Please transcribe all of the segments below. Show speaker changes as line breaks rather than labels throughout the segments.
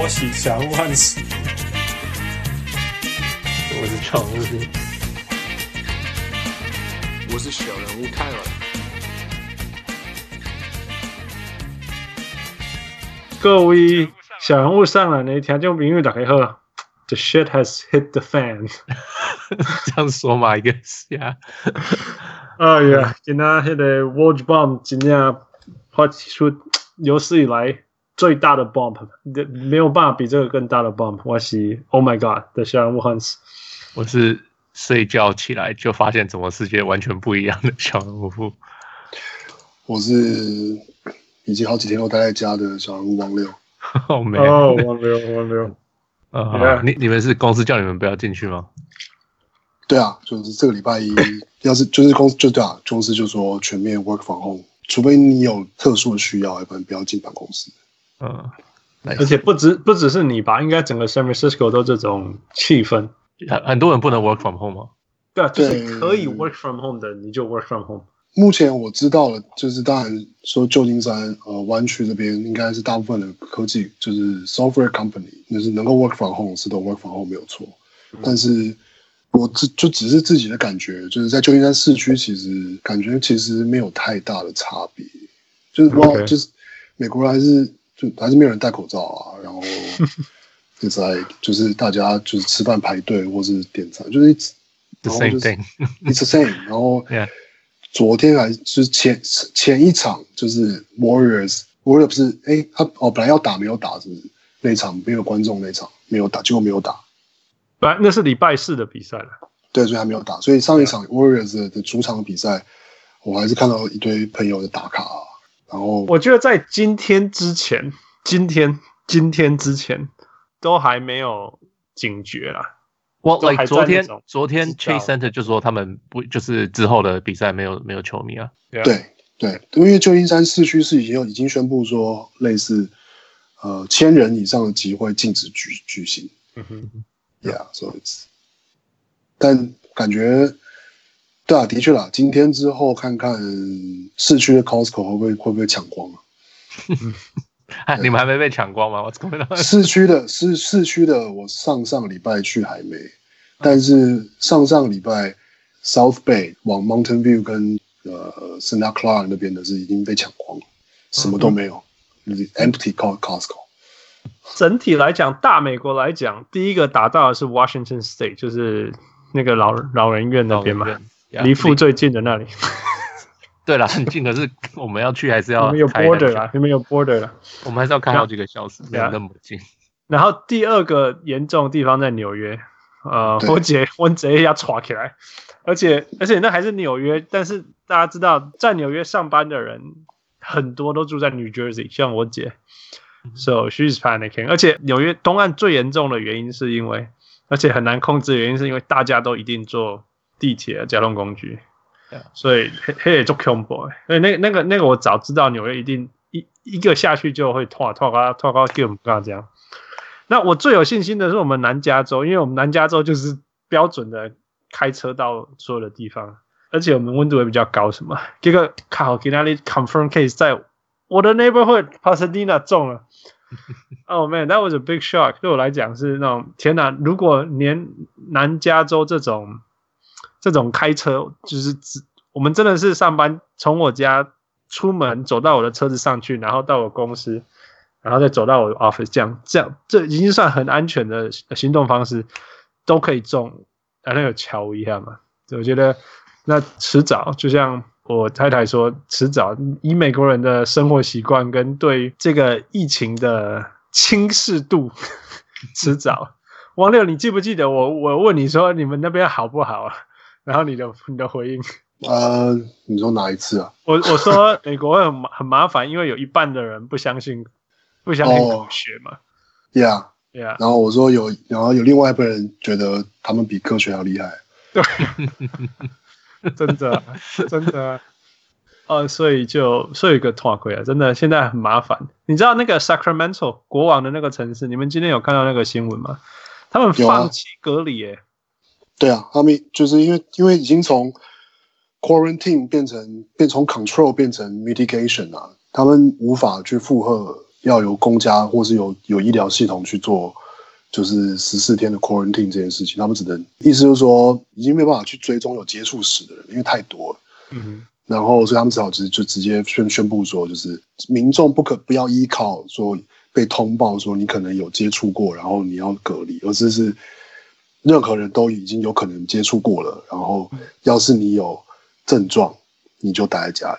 我喜祥万喜，
我是常务的，
我是小人物泰尔。
各位小人物上来的听众朋友大家好，The shit has hit the fan。
这样说嘛，应该是啊。
哎呀，今天迄个 Watch Bomb 今天发出有史以来最大的 bomb，没有办法比这个更大的 bomb。我是 Oh my God 的小人物 Hans。
我是睡觉起来就发现怎么世界完全不一样的小人物。
我是已经好几天都待在家的小人物王六。
哦，没有。
哦，啊王六，王六，
呃你你们是公司叫你们不要进去吗？
对啊，就是这个礼拜一，要是就是公司就对啊，公司就说全面 work from home，除非你有特殊的需要，要不然不要进办公室。
嗯，
而且不止不只是你吧，应该整个 San Francisco 都这种气氛。
很很多人不能 work from home 哦吗？
对啊，就是
对
可以 work from home 的，你就 work from home。
目前我知道了，就是当然说旧金山呃湾区这边应该是大部分的科技就是 software company，就是能够 work from home 是都 work from home 没有错。
嗯
但是我只就只是自己的感觉，就是在旧金山市区，其实感觉其实没有太大的差别，就是不知道
OK
就是美国人还是就还是没有人戴口罩啊，然后就在就是大家就是吃饭排队或是点餐，就是
The
哦
然后就
same
是
thing。
it's the same，然后
Yeah
昨天还就是前前一场就是 Warriors Warriors 是哎他哦本来要打没有打是不是那一场没有观众那一场没有打结果没有打
本来那是礼拜四的比赛了。
对所以还没有打所以上一场 Warriors 的的主场比赛我还是看到一堆朋友的打卡、啊，然后
我觉得在今天之前，今天今天之前都还没有警觉啦。
我
就还在
like 昨天
那种
昨天
知道
Chase Center 就说他们不就是之后的比赛没有没有球迷啊。
对对，因为旧金山市区是已经有已经宣布说类似呃千人以上的集会禁止举举行。
嗯哼，
Yeah，so it's，但感觉，对啊，的确啦，今天之后看看市区的 Costco 会不会会不会抢光啊？
哎，你们还没被抢光吗？What's going on？
市区的市市区的，我上上礼拜去还没，但是上上礼拜 South Bay 往 Mountain View 跟呃 Santa Clara 那边的是已经被抢光了，什么都没有、e m p t y Costco。
整体来讲，大美国来讲，第一个打到的是 Washington State，就是那个老老人院 那边 嘛，
Yeah，
离附最近的那里。
啊对了 很近，可是我们要去还是
你
要
们有
开很
border
久
啦，你们有 border 啦。
我们还是要开好几个小时，没有
Yeah
那么近。
然后第二个严重的地方在纽约，呃，
对
我姐 我姐要抓起来，而且而且那还是纽约，但是大家知道，在纽约上班的人很多都住在 New Jersey，像我姐，so she's panicking。而且纽约东岸最严重的原因是因为，而且很难控制的原因是因为大家都一定坐地铁交通工具
Yeah
所以黑黑也做 combo，所以那那个那个我早知道纽约一定一一个下去就会啊拖拖高拖高 game 这样。那我最有信心的是我们南加州，因为我们南加州就是标准的开车到所有的地方，而且我们温度也比较高，什么？这个靠，给那里 confirm case 在我的 neighborhood Pasadena 中了。Oh man, that was a big shock。对我来讲是那种天哪！如果连南加州这种这种开车，就是只我们真的是上班，从我家出门走到我的车子上去，然后到我公司，然后再走到我的 office，这样这样，这已经算很安全的行动方式，都可以中。啊，那有桥一样嘛？我觉得那迟早，就像我太太说，迟早以美国人的生活习惯跟对这个疫情的轻视度， 迟早。王六，你记不记得我我问你说你们那边好不好啊？ 然后你的你的回应，
呃，你说哪一次啊？
我我说美国会很麻很麻烦，因为有一半的人不相信不相信
哦
科学嘛。
Yeah，
对啊，
然后我说有，然后有另外一拨人觉得他们比科学还要厉害。
真的 啊，真的啊。呃，所以就所以有个痛亏啊，真的现在很麻烦。你知道那个 Sacramento 国王的那个城市，你们今天有看到那个新闻吗？他们
有啊
放弃隔离、耶。
对啊，他们就是因为因为已经从 quarantine 变成变从 control 变成 mitigation 啊，他们无法去负荷要由公家或是有有医疗系统去做，就是十四天的 quarantine 这件事情，他们只能意思就是说已经没有办法去追踪有接触史的人，因为太多了。
嗯
然后所以他们只好直就直接宣宣布说，就是民众不可不要依靠说被通报说你可能有接触过，然后你要隔离，而是是任何人都已经有可能接触过了，然后要是你有症状，你就待在家里。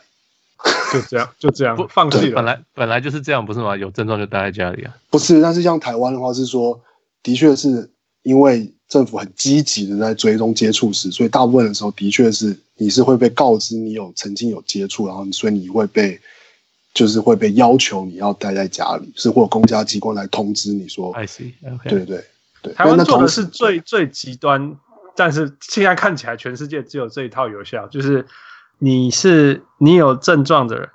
哼，就这样，就这样
不，
放弃
本
了。
来本来就是这样，不是吗？有症状就待在家里啊。
不是，但是像台湾的话是说，的确是因为政府很积极的在追踪接触史，所以大部分的时候的确是你是会被告知你有曾经有接触，然后所以你会被就是会被要求你要待在家里，是或有公家机关来通知你说，
哦
I see。OK。
对对对，
哎台湾
那
做
同
的
时
是最最极端，但是现在看起来全世界只有这一套有效，就是你是你有症状的人，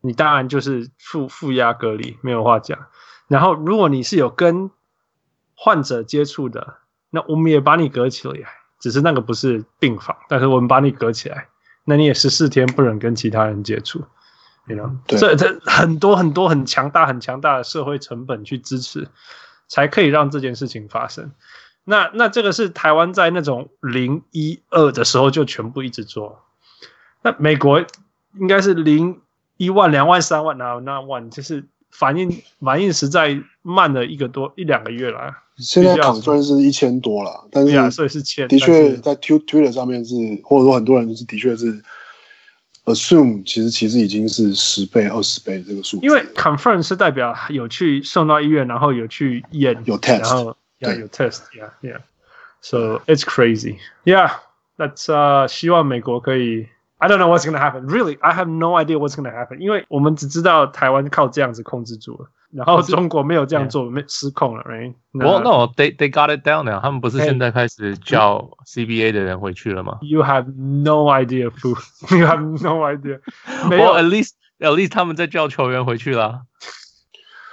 你当然就是负负压隔离，没有话讲。然后如果你是有跟患者接触的，那我们也把你隔起来，只是那个不是病房，但是我们把你隔起来，那你也十四天不能跟其他人接触。You know，
对
这这很多很多很强大很强大的社会成本去支持，才可以让这件事情发生。那那这个是台湾在那种零一二的时候就全部一直做，那美国应该是零一万、两万、三万啊，那万就是反应反应实在慢了一个多一两个月了，
现在
比较
抗战是一千多了，但
对
是
呀、所以是欠。
嗯的
但
确
是，
在 Tw- Twitter 上面是，或者说很多人是的确是 assume，其实其实已经是十倍、二十倍这个数字了，
因为 confirm 是代表有去送到医院，然后有去验，
有 test，
然后 yeah
对
有 test，yeah yeah。So it's crazy, yeah. That's 呃、希望美国可以。I don't know what's gonna happen. Really, I have no idea what's gonna happen. 因为我们只知道台湾靠这样子控制住了，然后
可是
中国没有这样做，没失控了，right？
我 no they they got it down now。他们不是
哎
现在开始叫 CBA 的人回去了吗？
You have no idea, Fu. You have no idea. 没有
我 at least at least 他们在叫球员回去啦。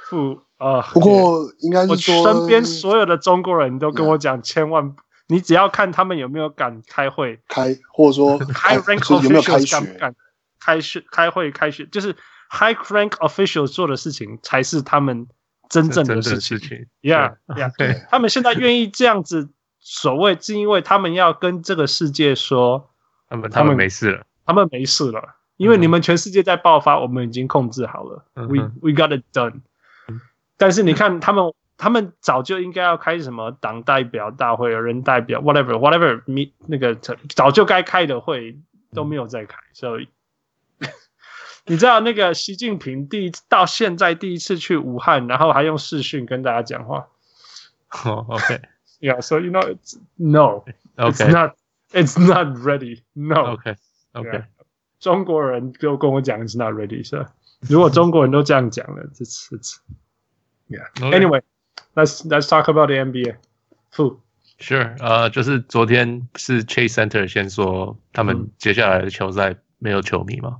Fu 啊、
不过应该是
我
说，
身边所有的中国人都跟我讲，千万你只要看他们有没有敢开会，
开或者说
high
开
rank
哦就是有没有开
officials 敢不
学，
敢开学、开会、开学，就是 high rank officials 做的事情才是他们真正的事情。
事情。
Yeah, yeah，
对
他们现在愿意这样子，所谓是因为他们要跟这个世界说，
他们
他
他们
们
没事了。
他们没事了，因为你们全世界在爆发，我们已经控制好了、
嗯
w e
哼嗯
we got it done。但是你看他们，他们早就应该要开什么党代表大会、人代表 whatever whatever 你那个早就该开的会都没有在开，
嗯
所以。 你知道那个习近平第一到现在第一次去武汉，然后还用视讯跟大家讲话
哦 OK
，Yeah，so you know it's no, it's
OK
not, it's not ready, no.
OK OK
Yeah. 中国人就跟我讲 is not ready，是吧？如果中国人都这样讲了，这次这
Anyway
anyway，let's let's talk about the NBA。不，
sure 呃，就是昨天是 Chase Center 先说他们
嗯
接下来的球赛没有球迷嘛，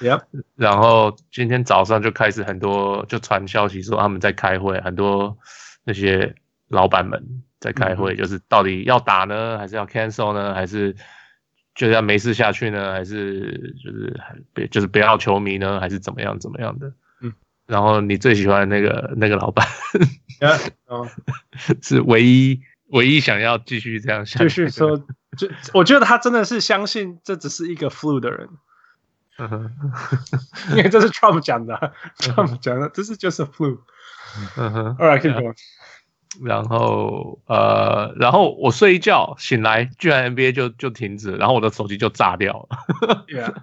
Yep，
然后今天早上就开始很多就传消息说他们在开会，很多那些老板们在开
嗯
会，就是到底要打呢，还是要 cancel 呢，还是就要没事下去呢，还是就是别就是不要球迷呢，还是怎么样怎么样的？
嗯，
然后你最喜欢那个那个老板
yeah，哦，
是唯一唯一想要继续这样下去
继
的，
续说，就我觉得他真的是相信这只是一个 flu 的人，
嗯哼，
因为这是 Trump 讲的啊，Trump 讲的，这是就是 flu。
嗯哼。
All right，keep going。
然后呃，然后我睡一觉醒来，居然 NBA 就就停止，然后我的手机就炸掉了。
Yeah，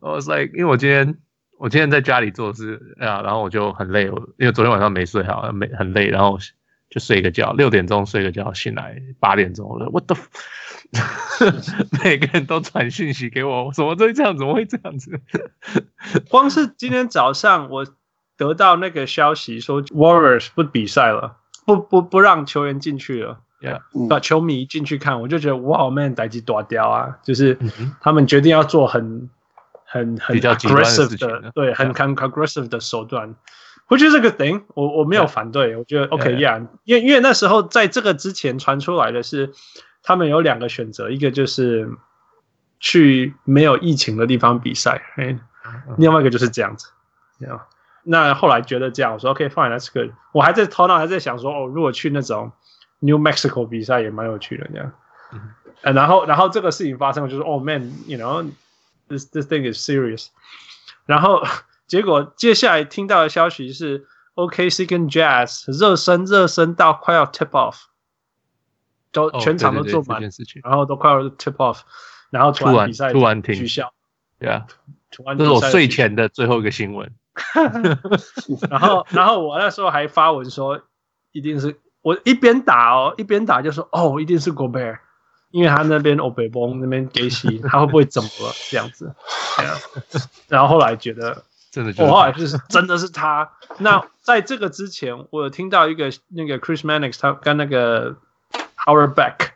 我 was like，因为我今天我今天在家里做事啊，然后我就很累，我因为昨天晚上没睡好，没很累，然后就睡一个觉，六点钟睡个觉，醒来八点钟，我说 what the，f- 每个人都传讯息给我，怎么会这样？怎么会这样子？
光是今天早上我得到那个消息说 Warriors 不比赛了，不不不让球员进去了。
嗯
把球迷进去看，我就觉得哇，man，逮鸡哦多雕啊！就是
嗯哼
他们决定要做很、很、很
比较极端的事
aggressive
情
的
啊，
对，很很 aggressive 的手段。我觉得这个 thing，我我没有
Yeah
反对，我觉得
Yeah,
OK，yeah，、因为因为那时候在这个之前传出来的是，他们有两个选择，一个就是去没有疫情的地方比赛，哎、
嗯
另外一个就是这样子，you know，那后来觉得这样，我说 OK fine，that's good。我还在头脑还在想说，哦，如果去那种 New Mexico 比赛也蛮有趣的这样。呃然后然后这个事情发生，我就说，哦 man，you know，this this thing is serious。然后结果接下来听到的消息是，OKC 跟 Jazz 热身热身到快要 tip off，都
哦
全场
对
都
对对
坐
这
满，
件事情，
然后都快要 tip off，然后
突
然
然
比赛
突然停
取消，
对啊，
突然
这是我
比赛
睡
取消
前的最后一个新闻。
然后，然后我那时候还发文说，一定是我一边打哦，一边打就说哦，一定是 Gobert，因为他那边欧北崩那边给洗， 他会不会怎么了这样子？对啊然后后来觉得，
真的就
我
是
后来就是真的是他。那在这个之前，我有听到一个那个 Chris Mannix 他跟那个 Howard Beck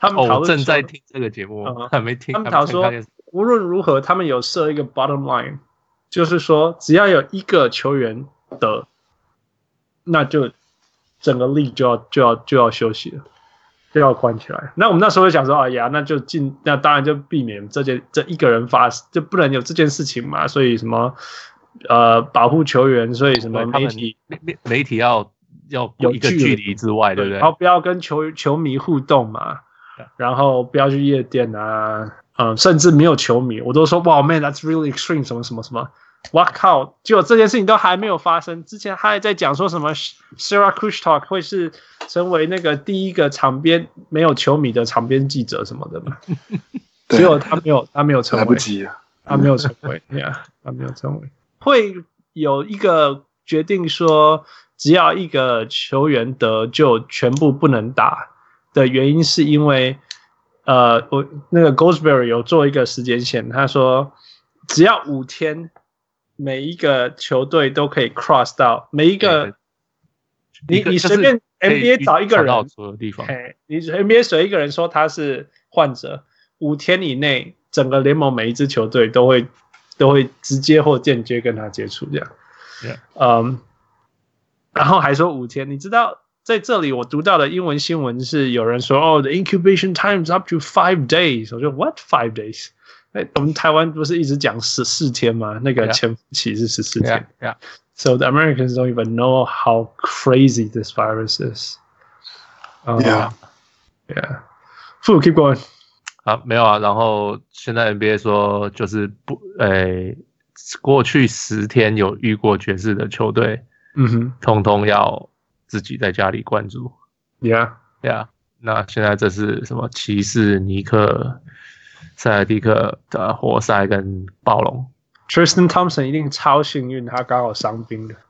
他们讨
哦，我
论
正在
说
听这个节目
嗯，
还没听。
他们
还没
讨说
看电视
无论如何，他们有设一个 bottom line，就是说只要有一个球员得，那就整个 league 就要就要就要休息了，就要关起来。那我们那时候就想说，哎呀，那就尽那当然就避免这件这一个人发就不能有这件事情嘛，所以什么呃保护球员，所以什么
对他
媒
们
体。
媒媒媒体要要
有
一个
距离
距离之外，对不对
然？后不要跟球球迷互动嘛，然后不要去夜店啊，嗯，甚至没有球迷，我都说哇，man，that's really extreme，什么什么什么，哇靠！结果这件事情都还没有发生，之前他还在讲说什么 Sarah Kushtalk 会是成为那个第一个场边没有球迷的场边记者什么的嘛，
对
结果他没有，他没有成
来
为，
不及啊，
他没有成为，yeah，他没有成为，会有一个决定说，只要一个球员得就全部不能打的原因，是因为呃，我那个 Goldsberry 有做一个时间线，他说只要五天，每一个球队都可以 cross 到每一
对
个，你
一个
你
就
随
是
便
可以
NBA 找一个
找
人，
到所有地方，
哎，你 NBA 随一个人说他是患者，五天以内，整个联盟每一支球队都会都会直接或间接跟他接触这样。
Yeah.
嗯，然后还说五天，你知道在这里我读到的英文新闻是有人说哦，the incubation time is up to five days。我说 what five days？哎，我们台湾不是一直讲十四天吗？那个
Yeah.
潜伏期是十四
对
天。
啊，对啊，
So the Americans don't even know how crazy this virus is. Uh,
Yeah.
Yeah. Fu, keep going.
啊，没有啊。然后现在 NBA 说就是不，诶，过去十天有遇过爵士的球队，
Mm-hmm.
通通要自己在家里关注，
Yeah.
对啊。那现在这是什么？骑士、尼克、塞尔蒂克的活塞跟 暴龙，
Tristan Thompson 一定超幸运，他刚好伤兵的。
呃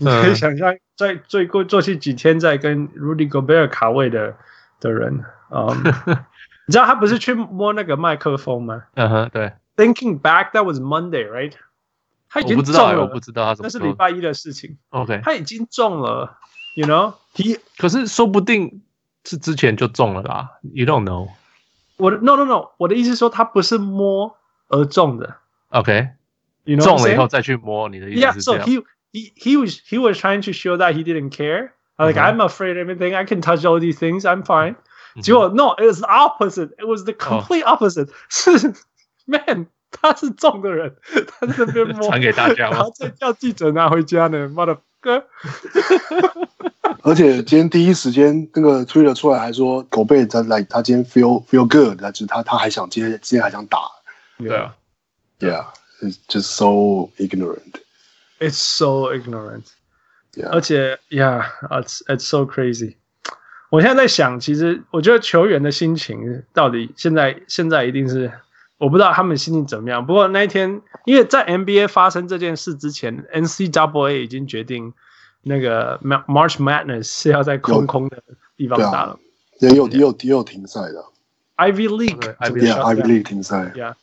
你可以想象，在最过过去几天在跟 Rudy Gobert 卡位的的人，嗯、 你知道他不是去摸那个麦克风吗
嗯哼，对，
？Thinking back, that was Monday, right？他已
我
经
不知道、
中
欸，
了，
我不知道他怎
那
么
是
说。
礼拜一的事情。
OK，
他已经中了，you know，he
可是说不定是之前就中了啦，You don't know。
我的 no no no，我的意思是说他不是摸而中的
OK，
，you know，
中了以后再去摸，你的意思是
yeah，so
这样嗯
he he he was he was trying to show that he didn't care. Like
Mhm.
I'm afraid of everything. I can touch all these things. I'm fine.
嗯哼
结果 no, it was the opposite. It
Oh。
was the complete opposite. 是 man，他是中的人，他在那边摸
传，给大家
然
吗
后？再叫记者拿回家呢。妈的哥，
而且今天第一时间那个 Twitter 出来还说狗贝他 like 他今天 feel feel good，他就是他他还想今天今天还想打
对啊，
，yeah，it's just so ignorant。
，it's so ignorant. 而
Yeah，
且，Yeah，it's it's so crazy。我现在在想，其实我觉得球员的心情到底现在现在一定是我不知道他们心情怎么样。不过那一天，因为在 NBA 发生这件事之前，NCAA 已经决定那个 Ma- March Madness 是要在空空的地方
对啊
打了。
也有也有也有停赛的
Ivy League
对
整个
Ivy
shutdown
，Yeah，Ivy League 停赛
Yeah，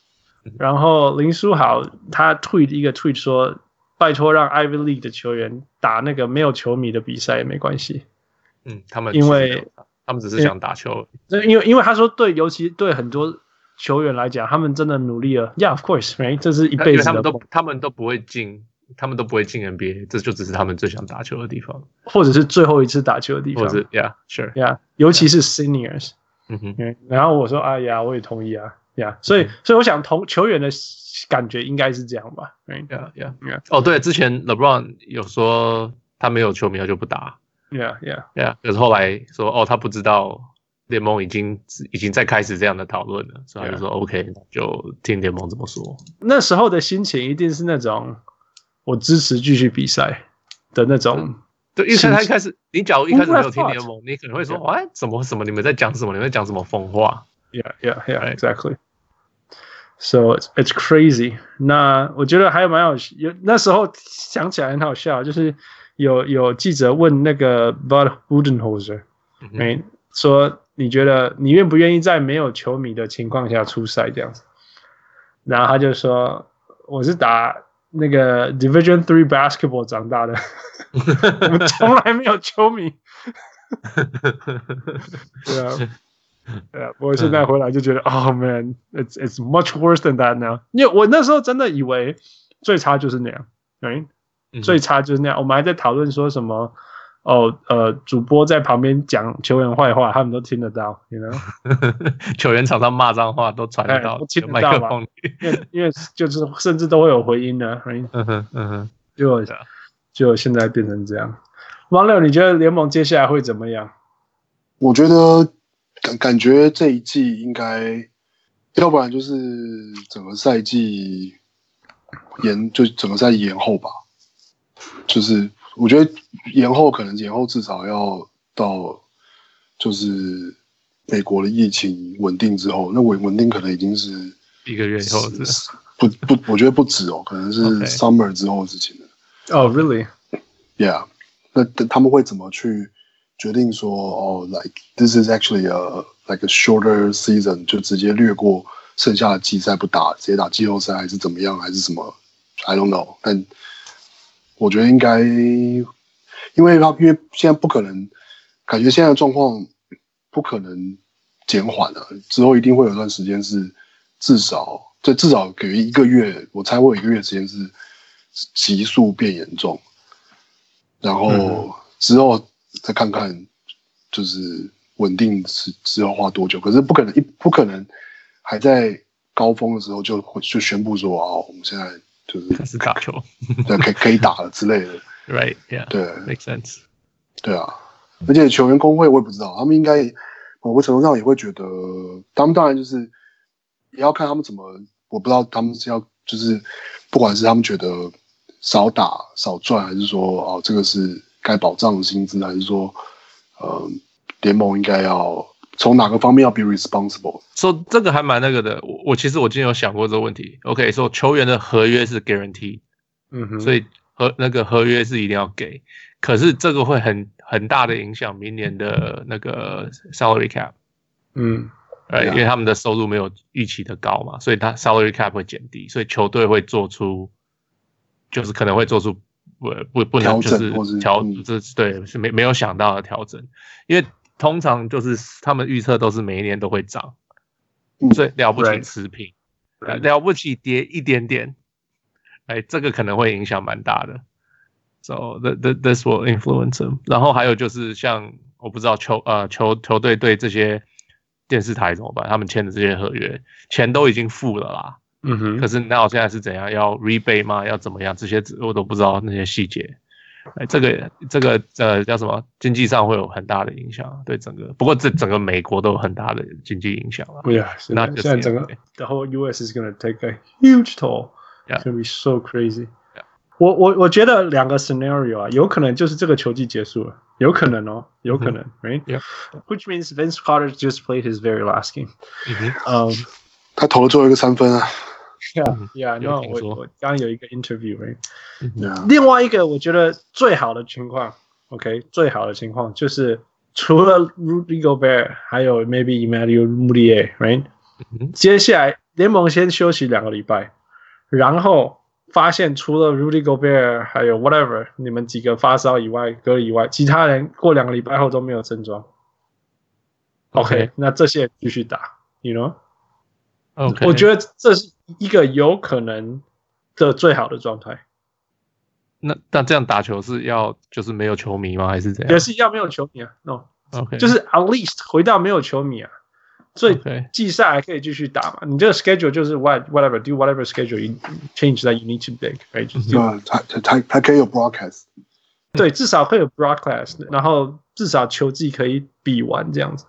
然后林书豪他 tweet 一个 tweet 说：“拜托让 Ivy League 的球员打那个没有球迷的比赛也没关系。”
嗯，他们
因为
他们只是想打球，
这因为因为他说对，尤其对很多球员来讲，他们真的努力了。Yeah, of course, right？这是一
因
辈
为
子
他们
的
都
梦，
他们都不会进，他们都不会进 NBA，这就只是他们最想打球的地方，
或者是最后一次打球的地
或
方。
者是 Yeah，Sure，
Yeah，尤其是 seniors。
嗯哼，
嗯然后我说：“哎呀，我也同意啊。 ，Yeah，所以所以我想同球员的感觉应该是这样吧，Right？
Yeah, yeah,
Yeah.
yeah. 哦，对，之前 LeBron 有说他没有球迷他就不打
，Yeah Yeah
，Yeah，可是后来说哦，他不知道联盟已经已经在开始这样的讨论了，所以他就说 OK，就听联盟怎么说。
那时候的心情一定是那种我支持继续比赛的那
嗯
种，
对，因为
是
他一开始，你假如一开始没有听
Who would've
联盟，你可能会说哎，怎么什么你们在讲什么？你们在讲什么疯话？
Yeah, yeah, yeah,
Right.
exactly. So it's it's crazy. 那我觉得还有蛮有有那时候想起来很好笑，就是有有记者问那个 Bud Budenholzer，
嗯哼
哎、说你觉得你愿不愿意在没有球迷的情况下出赛这样子？然后他就说我是打那个 Division Three basketball 长大的， 我
嗯
们从来没有球迷。对啊， 对啊，不过现在回来就觉得、哦 man，it's oh, it's much worse than that now。因为我那时候真的以为最差就是那样，对、
嗯
最差就是那样。我们还在讨论说什么哦，呃，主播在旁边讲球员坏话，他们都听得到，你知道，
嗯 球员场上骂脏话都传得
哎
到
都听得
麦
到
克
吧
风里。
因 为因为就是甚至都会有回音的，right?
嗯哼，嗯哼。
就
对啊
就现在变成这样。王六，你觉得联盟接下来会怎么样？
我觉得感感觉这一季应该，要不然就是整个赛季延，就整个赛季延后吧。就是我觉得延后可能延后至少要到，就是美国的疫情稳定之后，那稳稳定可能已经是
一个月以后是
不不，我觉得不止哦，可能是
OK
summer 之后的事情了。
哦、r e a l l y
Yeah，那他他们会怎么去决定说哦，like this is actually a like a shorter season，就直接略过剩下的季赛不打，直接打季后赛还是怎么样，还是什么？I don't know。但我觉得应该，因为他因为现在不可能，感觉现在的状况不可能减缓了，之后一定会有一段时间是至少这至少给一个月，我猜会有一个月的时间是急速变严重。然
嗯
后之后再看看，就是稳定是之后花多久。可是不可能一不可能还在高峰的时候就就宣布说啊，我们现在就是
开始打球
对可以可以打了之类的。
，Right? Yeah,
对
makes sense.
对啊，而且球员工会我也不知道，他们应该某个程度上也会觉得，他们当然就是也要看他们怎么，我不知道他们是要就是不管是他们觉得少打少赚，还是说哦这个是该保障的薪资，还是说呃联盟应该要从哪个方面要 be responsible？
说、so, 这个还蛮那个的，我我其实我今天有想过这个问题。OK，说、so, 球员的合约是 guarantee，、
嗯哼，
所
以
以合那个合约是一定要给，可是这个会很很大的影响明年的那个 salary cap，
嗯
呃、
对啊
因为他们的收入没有预期的高嘛，所以他 salary cap 会减低，所以球队会做出，就是可能会做出不不不能
调
就
整
是
或是
调
嗯
这对是没没有想到的调整，因为通常就是他们预测都是每一年都会涨，
嗯
所以了不起
Right
持平，
Right
了不起跌一点点，哎，这个可能会影响蛮大的。So th th this will influence him。然后还有就是像我不知道球呃球球队对这些电视台怎么办？他们签的这些合约钱都已经付了啦，
嗯
可
哼，
是那我现在是怎样要 rebate 吗？要怎么样？这些我都不知道那些细节。哎，这个这个呃叫什么？经济上会有很大的影响，对整个。不过这整个美国都有很大的经济影响了。
不呀，现在
Not just
现在整个
NBA
the whole U.S. is gonna take a huge toll.
Yeah.
It's gonna be so crazy.
Yeah.
我我我觉得两个 scenario 啊，有可能就是这个球季结束了，有可能哦，有可能，right?
Yeah.
Which means Vince Carter just played his very last game.
嗯哼
嗯、
他投了最后一个三分啊，
Yeah,
有
no，
听
我
说
我刚刚有一个 interview，、right?
嗯
对啊，
另外一个我觉得最好的情况，OK，最好的情况就是除了 Rudy Gobert，还有 maybe Emmanuel Mudiay，right？、
嗯
接下来联盟先休息两个礼拜，然后发现除了 Rudy Gobert 还有 whatever 你们几个发烧以外隔离以外，其他人过两个礼拜后都没有症状。OK，,
OK
那这些人继续打，you know。
，OK，
我觉得这是一个有可能的最好的状态，
那那这样打球是要就是没有球迷吗？还是怎
也
样
是一样没有球迷啊，no，
？OK，
就是 at least 回到没有球迷啊，所以
OK
季赛还可以继续打嘛。你这个 schedule 就是 what whatever do whatever schedule you change that you need to make right？就是
那还还还可以有 broadcast，
对，至少会有 broadcast，然后至少球季可以比完这样子。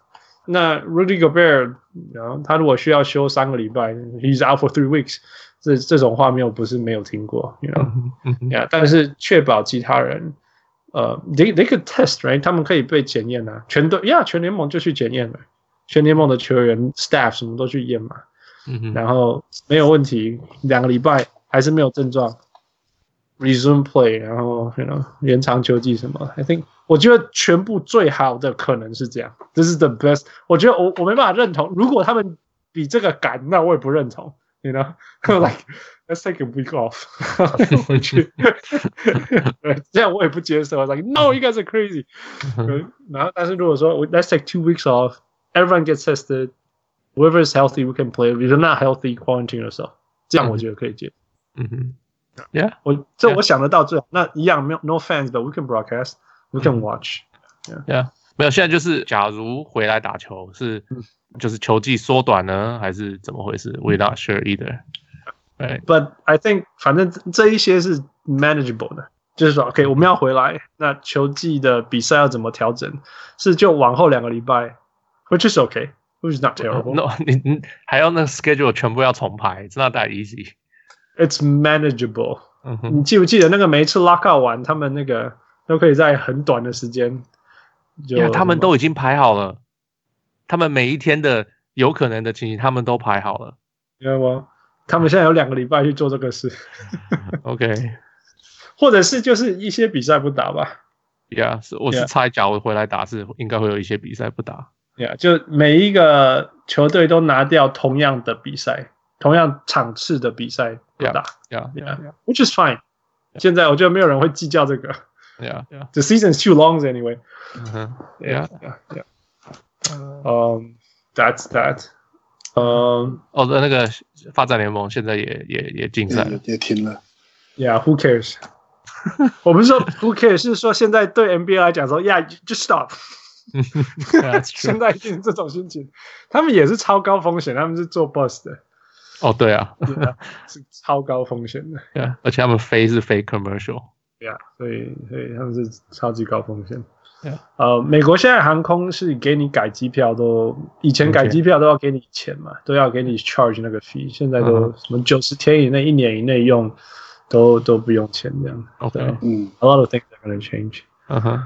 那 Rudy Gobert，然后他如果需要休三个礼拜，he's out for three weeks，这这种画面我不是没有听过，you know。
嗯嗯嗯
Yeah，但是确保其他人，呃，they they could test right，他们可以被检验啊，全队呀，yeah, 全联盟就去检验了，全联盟的球员、staff 什么都去验嘛，
嗯嗯
然后没有问题，两个礼拜还是没有症状，resume play，然后 you know 延长球季什么，I think 我觉得全部最好的可能是这样，this is the best，我觉得我我没办法认同，如果他们比这个赶，那我也不认同，you know，like let's take a week off，回去， 对，这样我也不接受，like no you guys are crazy，嗯然后但是如果说 we- let's take two weeks off, everyone gets tested, whoever is healthy we can play, if you're not healthy quarantine yourself，这样我觉得可以接。
嗯嗯，Yeah，
我这
Yeah.
我想得到最好，那一样没有 no fans but we can broadcast, we can watch。
没有，现在就是假如回来打球是就是球季缩短呢，还是怎么回事？We're not sure either。Right，
But I think 反正这一些是 manageable 的，就是说 OK 我们要回来，那球季的比赛要怎么调整？是就往后两个礼拜，which is okay, which is not terrible.、
no，你你还要那个 schedule 全部要重排，It's not that easy。
It's manageable.
嗯哼，
你记不记得那个每一次拉 o 完，他们那个都可以在很短的时间就
因
啊
为他们都已经排好了，他们每一天的有可能的情形，他们都排好了。
你知道吗？他们现在有两个礼拜去做这个事，
OK，Yeah，
或者是就是一些比赛不打吧，
是我是
Yeah
猜，假如回来打是应该会有一些比赛不打。
对啊，就每一个球队都拿掉同样的比赛，同样场次的比赛不打
Yeah，Yeah，Yeah，Yeah，
Yeah, which is fine。现在我觉得没有人会计较这个，the season's too long anyway。
嗯哼
Yeah, yeah, yeah. Um, that's that. Um,
哦，那那个发展联盟现在也也也禁赛了
也。也停了。
Yeah, who cares？我不是说 who cares，是说现在对 NBA 来讲说，Yeah, you just stop。
That's
现
true。
在一定是这种心情，他们也是超高风险，他们是做 bus 的，
哦，对啊
是超高风险的。
，Yeah，而且他们飞是飞 commercial。
Yeah，所以所以他们是超级高风险。
Yeah
呃，美国现在航空是给你改机票都，以前改机票都要给你钱嘛，都要给你 charge 那个 fee，现在都
嗯
什么九十天以内、一年以内用，都都不用钱这样。
OK，
对
嗯，
A lot of things are going to change.
嗯哼，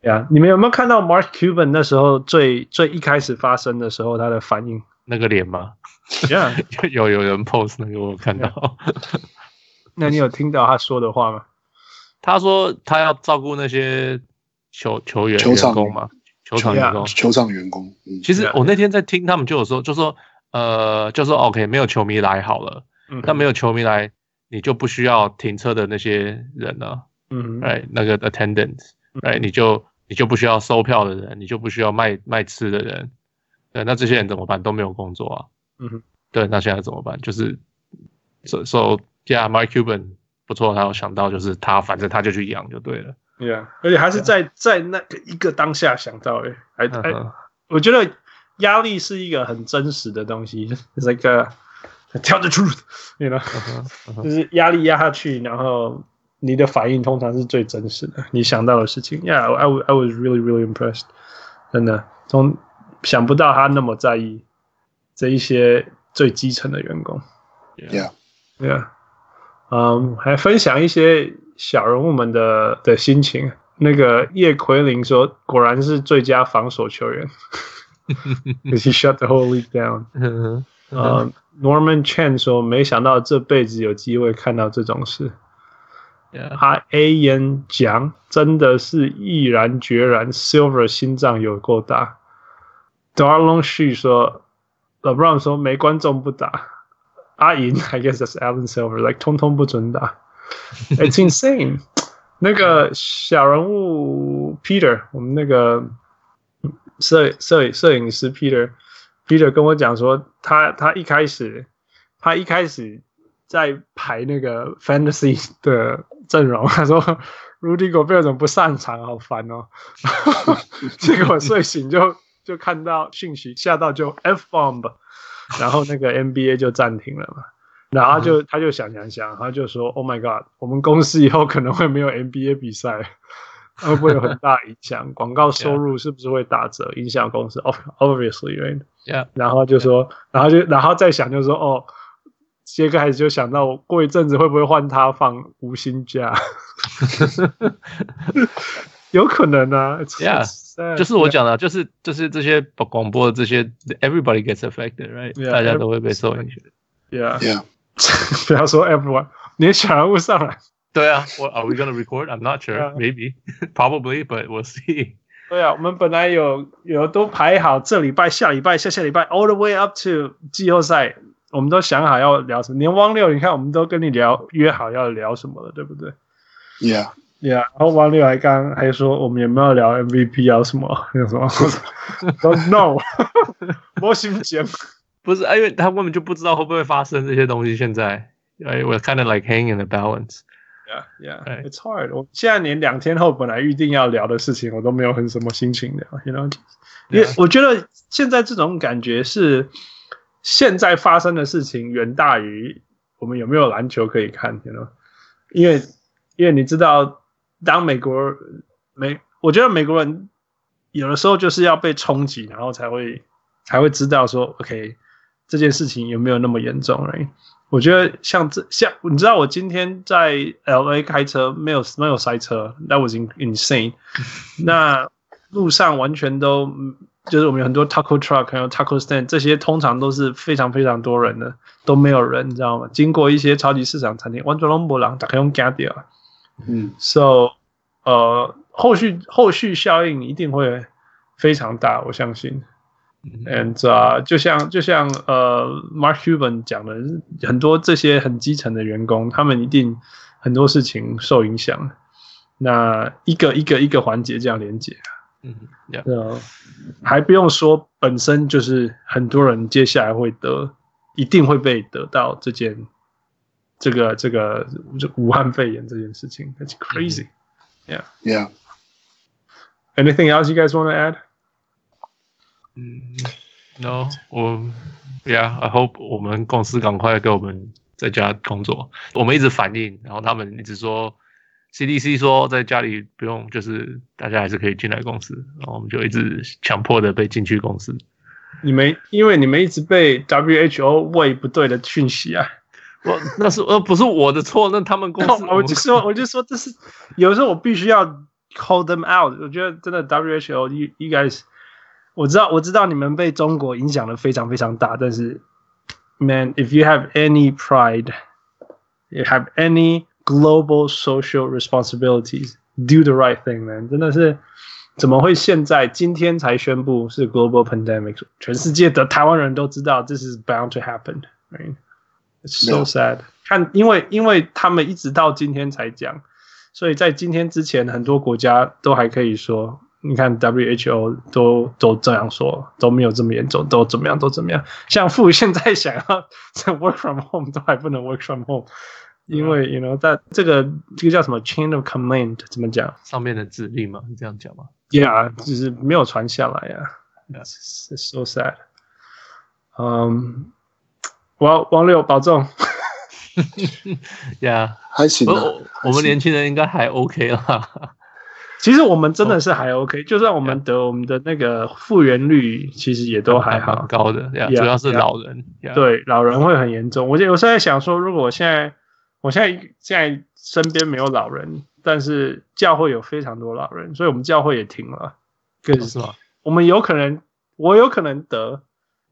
对啊，你们有没有看到 Mark Cuban 那时候最最一开始发生的时候他的反应
那个脸吗？
？Yeah，
有有人 post 那个我有看到。
啊那你有听到他说的话吗？
他说他要照顾那些球球员
球
员
场
工嘛，球场员工。
球场员工，嗯，
其实
Yeah.
我那天在听他们就有说，就说呃，就说 OK，没有球迷来好了，
嗯哼，
那没有球迷来，你就不需要停车的那些人了、
嗯哼，
r i g h t 那个 attendant，
嗯
right，你就你就不需要收票的人，你就不需要卖卖吃的人，对，那这些人怎么办？都没有工作啊，
嗯哼，
对，那现在怎么办？就是，so so yeah，Mark Cuban 不错，他有想到就是他，反正他就去养就对了，
Yeah，而且还是在在那个一个当下想到诶、还
嗯
还、
哼
我觉得压力是一个很真实的东西，It's like a, tell the truth，you know，、
嗯哼嗯哼
就是压力压下去，然后你的反应通常是最真实的，你想到的事情。Yeah，I was I was really really impressed，真的，从想不到他那么在意这一些最基层的员工。
，yeah，
Yeah，嗯，还分享一些小人物们的的心情。那个叶奎林说，果然是最佳防守球员，because he shut the whole league down。
嗯哼
呃、n o r m a n Chen 说，没想到这辈子有机会看到这种事。
，yeah。
他 A 言讲，真的是毅然决然，Silver 心脏有够大。Darlon She 说，LeBron 说没观众不打，阿银 I guess that's Alan Silver，like 通通不准打，It's insane。那个小人物 Peter，我们那个摄摄摄影师 Peter，Peter 跟我讲说，他他一开始他一开始在排那个 Fantasy 的阵容，他说 Rudy Gobert 怎么不上场，好烦哦。结果睡醒就就看到讯息，吓到就 F bomb，然后那个 NBA 就暂停了嘛。然后他就他就想想想，他就说：“Oh my god，我们公司以后可能会没有 NBA 比赛，会不会有很大影响？广告收入是不是会打折，影响公司？Ob- Obviously，right？”
Yeah，
然后就说，然后就然后再想，就说：“哦，杰克还是就想到我过一阵子会不会换他放无薪假？ 有可能啊
Yeah，就是我讲的，就是就是这些广播的这些，everybody gets affected，right？、
Yeah，
大家都会被受影响。
，Yeah，
Yeah，
不要说 everyone，连小人物上来。
对啊，What are we gonna record? I'm not sure.
Yeah.
Maybe, probably, but we'll see.
对啊，我们本来有有都排好这礼拜、下礼拜、下下礼拜，all the way up to 季后赛，我们都想好要聊什么。连汪六，你看我们都跟你聊约好要聊什么了，对不对
Yeah，
？Yeah，然后汪六还刚还说我们有没有聊 MVP 啊什么那什么， 我说 no，模型节目。
不是，啊因为他根本就不知道会不会发生这些东西。现在，哎，我 kind of like hanging in the balance。
Yeah, yeah,
Right.
it's hard. 我现在连两天后本来预定要聊的事情，我都没有很什么心情聊，you know？因为
Yeah.
我觉得现在这种感觉是现在发生的事情远大于我们有没有篮球可以看，you know？因为因为你知道，当美国美，我觉得美国人有的时候就是要被冲击，然后才会才会知道说，OK，这件事情有没有那么严重而已。我觉得像这像你知道，我今天在 L A 开车没有没有塞车，That was in- insane。那路上完全都嗯就是我们有很多 taco truck 还有 taco stand，这些通常都是非常非常多人的，都没有人，你知道吗？经过一些超级市场餐厅，完全拢无人，大家用加掉。
嗯
So，呃，后续后续效应一定会非常大，我相信。And 啊、就像就像呃，Mark Cuban 讲的，很多这些很基层的员工，他们一定很多事情受影响。那一个一个一个环节这样连接，
嗯，Yeah，Mm-hmm.
呃，还不用说，本身就是很多人接下来会得，一定会被得到这件这个这个这武汉肺炎这件事情。That's crazy.、
，Yeah。
Anything else you guys want to add?
嗯，No，我，Yeah，I hope 我们公司赶快给我们在家工作。我们一直反映，然后他们一直说，CDC 说在家里不用，就是大家还是可以进来公司，然后我们就一直强迫的被进去公司。
你们因为你们一直被 WHO 喂不对的讯息啊。
我那是呃不是我的错，那他们公 司
我就说，我就说，这是有的时候我必须要 call them out。我觉得真的 WHO you you guys，我知道我知道你们被中国影响的非常非常大，但是 man if you have any pride, you have any global social responsibilities, do the right thing, man。真的是怎么会现在今天才宣布是 global pandemic？全世界的台湾人都知道，this is bound to happen。Right? It's so
Yeah.
sad。看，因为因为他们一直到今天才讲，所以在今天之前，很多国家都还可以说，你看 WHO 都都这样说，都没有这么严重，都怎么样，都怎么样。像父现在想要 在 work from home 都还不能 work from home，因为 you know 在这个这个叫什么 chain of command 怎么讲
上面的指令嘛，是这样讲嘛？
？Yeah，就是没有传下来呀、啊。
Yeah.
It's, it's so sad。嗯，王王六保重。
呀、
还行
yeah,，我
啊，
我我们年轻人应该还 OK 啦。
其实我们真的是还 OK，就算我们得我们的那个复原率，其实也都还好
蛮。高的呀
Yeah，
主要是
yeah
老人。Yeah，哦
对，老人会很严重。我就有时候在想说，如果我现在，我现在现在身边没有老人，但是教会有非常多老人，所以我们教会也停了。可
是
是
吗？
我们有可能，我有可能得，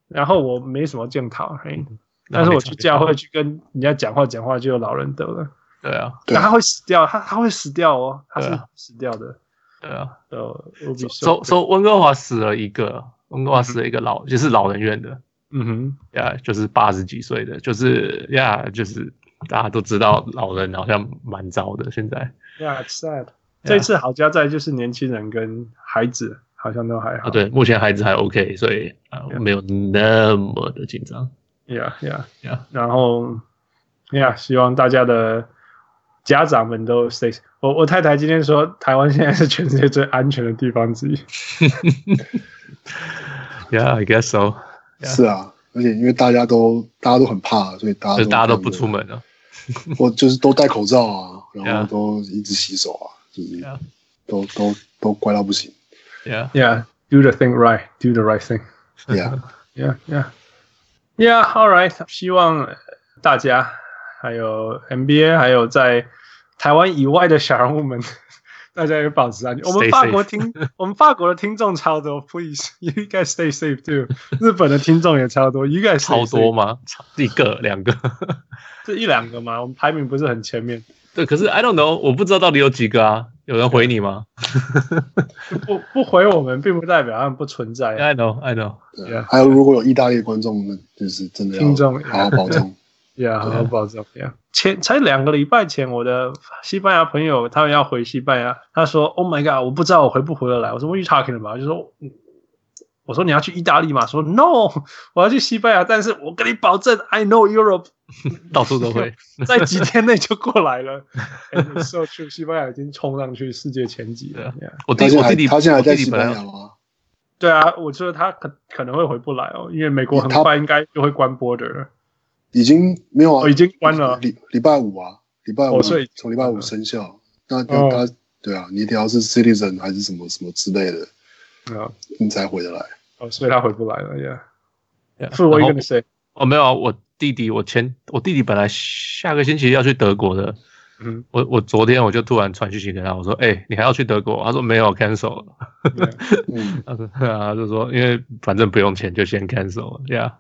然后我没什么检讨，嘿
嗯
但是我去教会去跟人家讲话讲话，就有老人得了，
对啊，
对
那他会死掉，他他会死掉哦，他
对
是
啊
死掉的。
对啊。
呃，我比
说说温哥华死了一个，温哥华死了一个老，就是老人院的，
嗯哼。
呀、就是八十几岁的，就是呀就是大家都知道老人好像蛮糟的，现在
Yeah, it's sad. 这
Yeah.
次好家在就是年轻人跟孩子好像都还好。
啊，对，目前孩子还 OK，所以啊、
Yeah.
没有那么的紧张。
，Yeah, yeah,
Yeah.
然后，Yeah，希望大家的家长们都 stay safe。我我太太今天说，台湾现在是全世界最安全的地方之一。
Yeah, I guess so。
是啊，而且因为大家都大家都很怕，所以大
就
家
是大家都不
戴着
出，门了。
或就是都戴口罩啊，然
Yeah
后都一直洗手啊，就是
Yeah
都都都乖到不 行。
Yeah，
Yeah, do the thing right, do the right thing.
Yeah，
Yeah, yeah, yeah. All right. 希望呃大家还有 NBA，还有在台湾以外的小人物们， 大家也保持安全。我
Stay
们法国听， 我们法国的听众超多，Please, you guys stay safe too。日本的听众也超多，You guys stay
超
safe
多，吗？超一个两个。
这一两个嘛，我们排名不是很前面。
对，可是 I don't know，我不知道到底有几个啊。有人回你吗
不不回我们，并不代表他们不存在啊。
？I know，I know。
对
Yeah
啊。还有如果有意大利的观众，那就是真的
听
要
众
好好保 重。
Yeah，好好保重。Yeah，前才两个礼拜前，我的西班牙朋友他们要回西班牙，他说：“Oh my god，我不知道我回不回得来。”我说：“What are you talking about？” 就说：“嗯我说你要去意大利嘛？”说：“No，我要去西班牙，但是我跟你保证，I know Europe，
到处都会。
在几天内就过来了。”And it's so true，西班牙已经冲上去世界前几了。Yeah
我弟
他现在
我弟弟
还他现在还
我
在
弟
西
弟本
班
来
牙啊吗？
对啊，我觉得他可可能会回不来哦，因为美国很
他
快应该就会关 border 了。
已经没有啊，
哦已经关了
礼礼拜五啊，礼拜五
哦所以
从礼拜五生效。那
哦
那他对啊，你得要是 citizen 还是什么什么之类的，
啊，
你才回得来。
哦，所以他回不来了。Yeah，
Yeah，
是我一
然
个
后
人 say，
哦，没有啊，我弟弟，我前我弟弟本来下个星期要去德国的，
嗯。
我我昨天我就突然传讯息给他，我说，哎、你还要去德国？他说没有，cancel 了。
yeah
嗯，
他说，啊，就说因为反正不用钱，就先 cancel 了，yeah，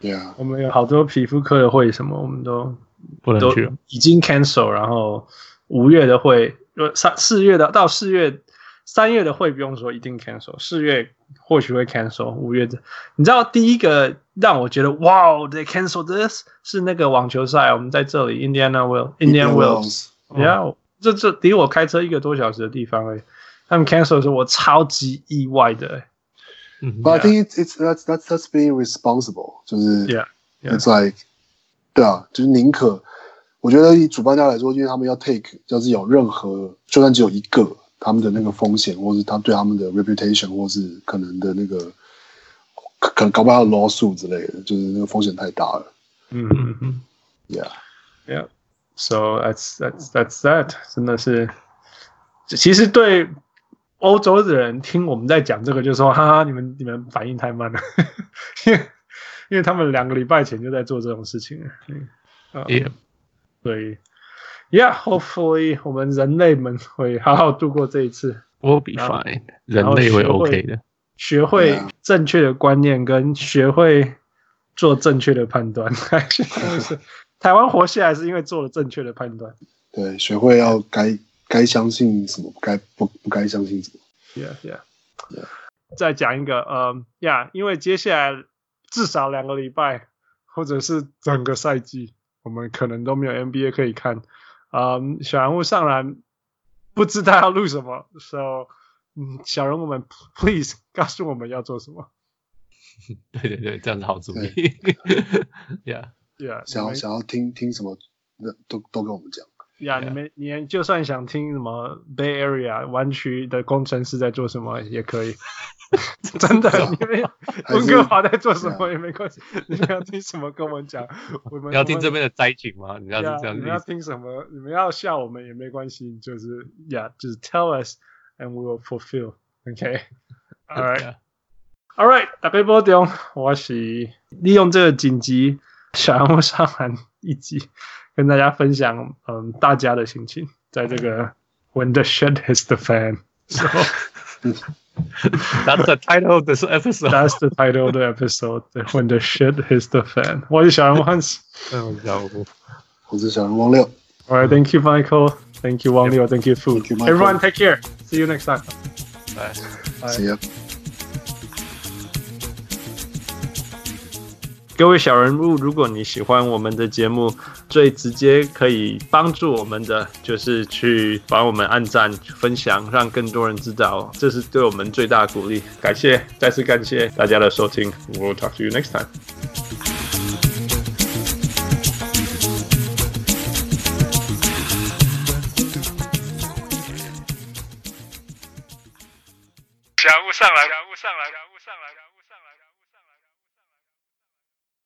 对啊，
我们有好多皮肤科的会什么，我们都
不能
都
去了。
已经 cancel，然后五月的会，呃三四月的到四月、三月的会不用说一定 cancel，四月或许会 cancel，五月的你知道第一个让我觉得哇哦，they cancel this 是那个网球赛，我们在这里 Indiana Will Indian Wells，然哦后这这离我开车一个多小时的地方哎，他们 cancel 的时候我超级意外的欸
嗯
But I think it's it's that's that's that's being responsible，就是
Yeah, yeah.
it's like 对啊，就是宁可我觉得以主办家来说，因为他们要 take，要是有任何就算只有一个他们的那个风险，或是他对他们的 reputation，或是可能的那个可可能搞不好 lawsuit 之类的，就是那个风险太大了。
嗯嗯
嗯嗯
Yeah，
Yeah. So that's that's that's that. 真的是，其实对欧洲的人听我们在讲这个，就说哈哈，你们你们反应太慢了， 因为因为他们两个礼拜前就在做这种事情了。嗯，啊
也
所以，Yeah，hopefully 我们人类们会好好度过这一次，
，we'll be
然后
fine，人
然后
类
学
会
会
OK 的。
学会
Yeah.
正确的观念，跟学会做正确的判断。 就是台湾活下来是因为做了正确的判断。
对，学会要该该相信什么，该不不该相信什么。
Yeah, yeah.
Yeah.
再讲一个，嗯、呀，因为接下来至少两个礼拜，或者是整个赛季，我们可能都没有 NBA 可以看。嗯，小人物上篮不知道要录什么，so，嗯，小人物们，please 告诉我们要做什么。
对对对，这样是好主意。yeah，
Yeah，
想要想要听听什么，那都都跟我们讲。
呀，你们你们就算想听什么 Bay Area 湾区的工程师在做什么也可以，真的，你们温哥华在做什么也没关系，你们要听什么跟我们讲，我们
你要听这
边。
边的灾情吗？你要
呀
是这样
你
子
们要听什么？你们要笑我们也没关系，就是呀，就是 tell us and we will fulfill。OK，All right。All right，大家保重。我是利用这个紧急小人物上篮一集，跟大家分享，嗯，大家的心情，在这个 When the shit hits the fan。So
That's the title of this episode。
that's the title of the episode. When the shit hits the fan。我是小人物 Hans。
嗯，然后
我是小人王六。
All right, thank you, Michael. Thank you, Wang Liu. Thank you, Fu.
Thank you, Michael.
Everyone, take care. See you next time.
来。
Bye.
See ya.
各位小人物，如果你喜欢我们的节目，最直接可以帮助我们的就是去帮我们按赞、分享，让更多人知道，这是对我们最大的鼓励。感谢，再次感谢大家的收听。We'll talk to you next time.
物上来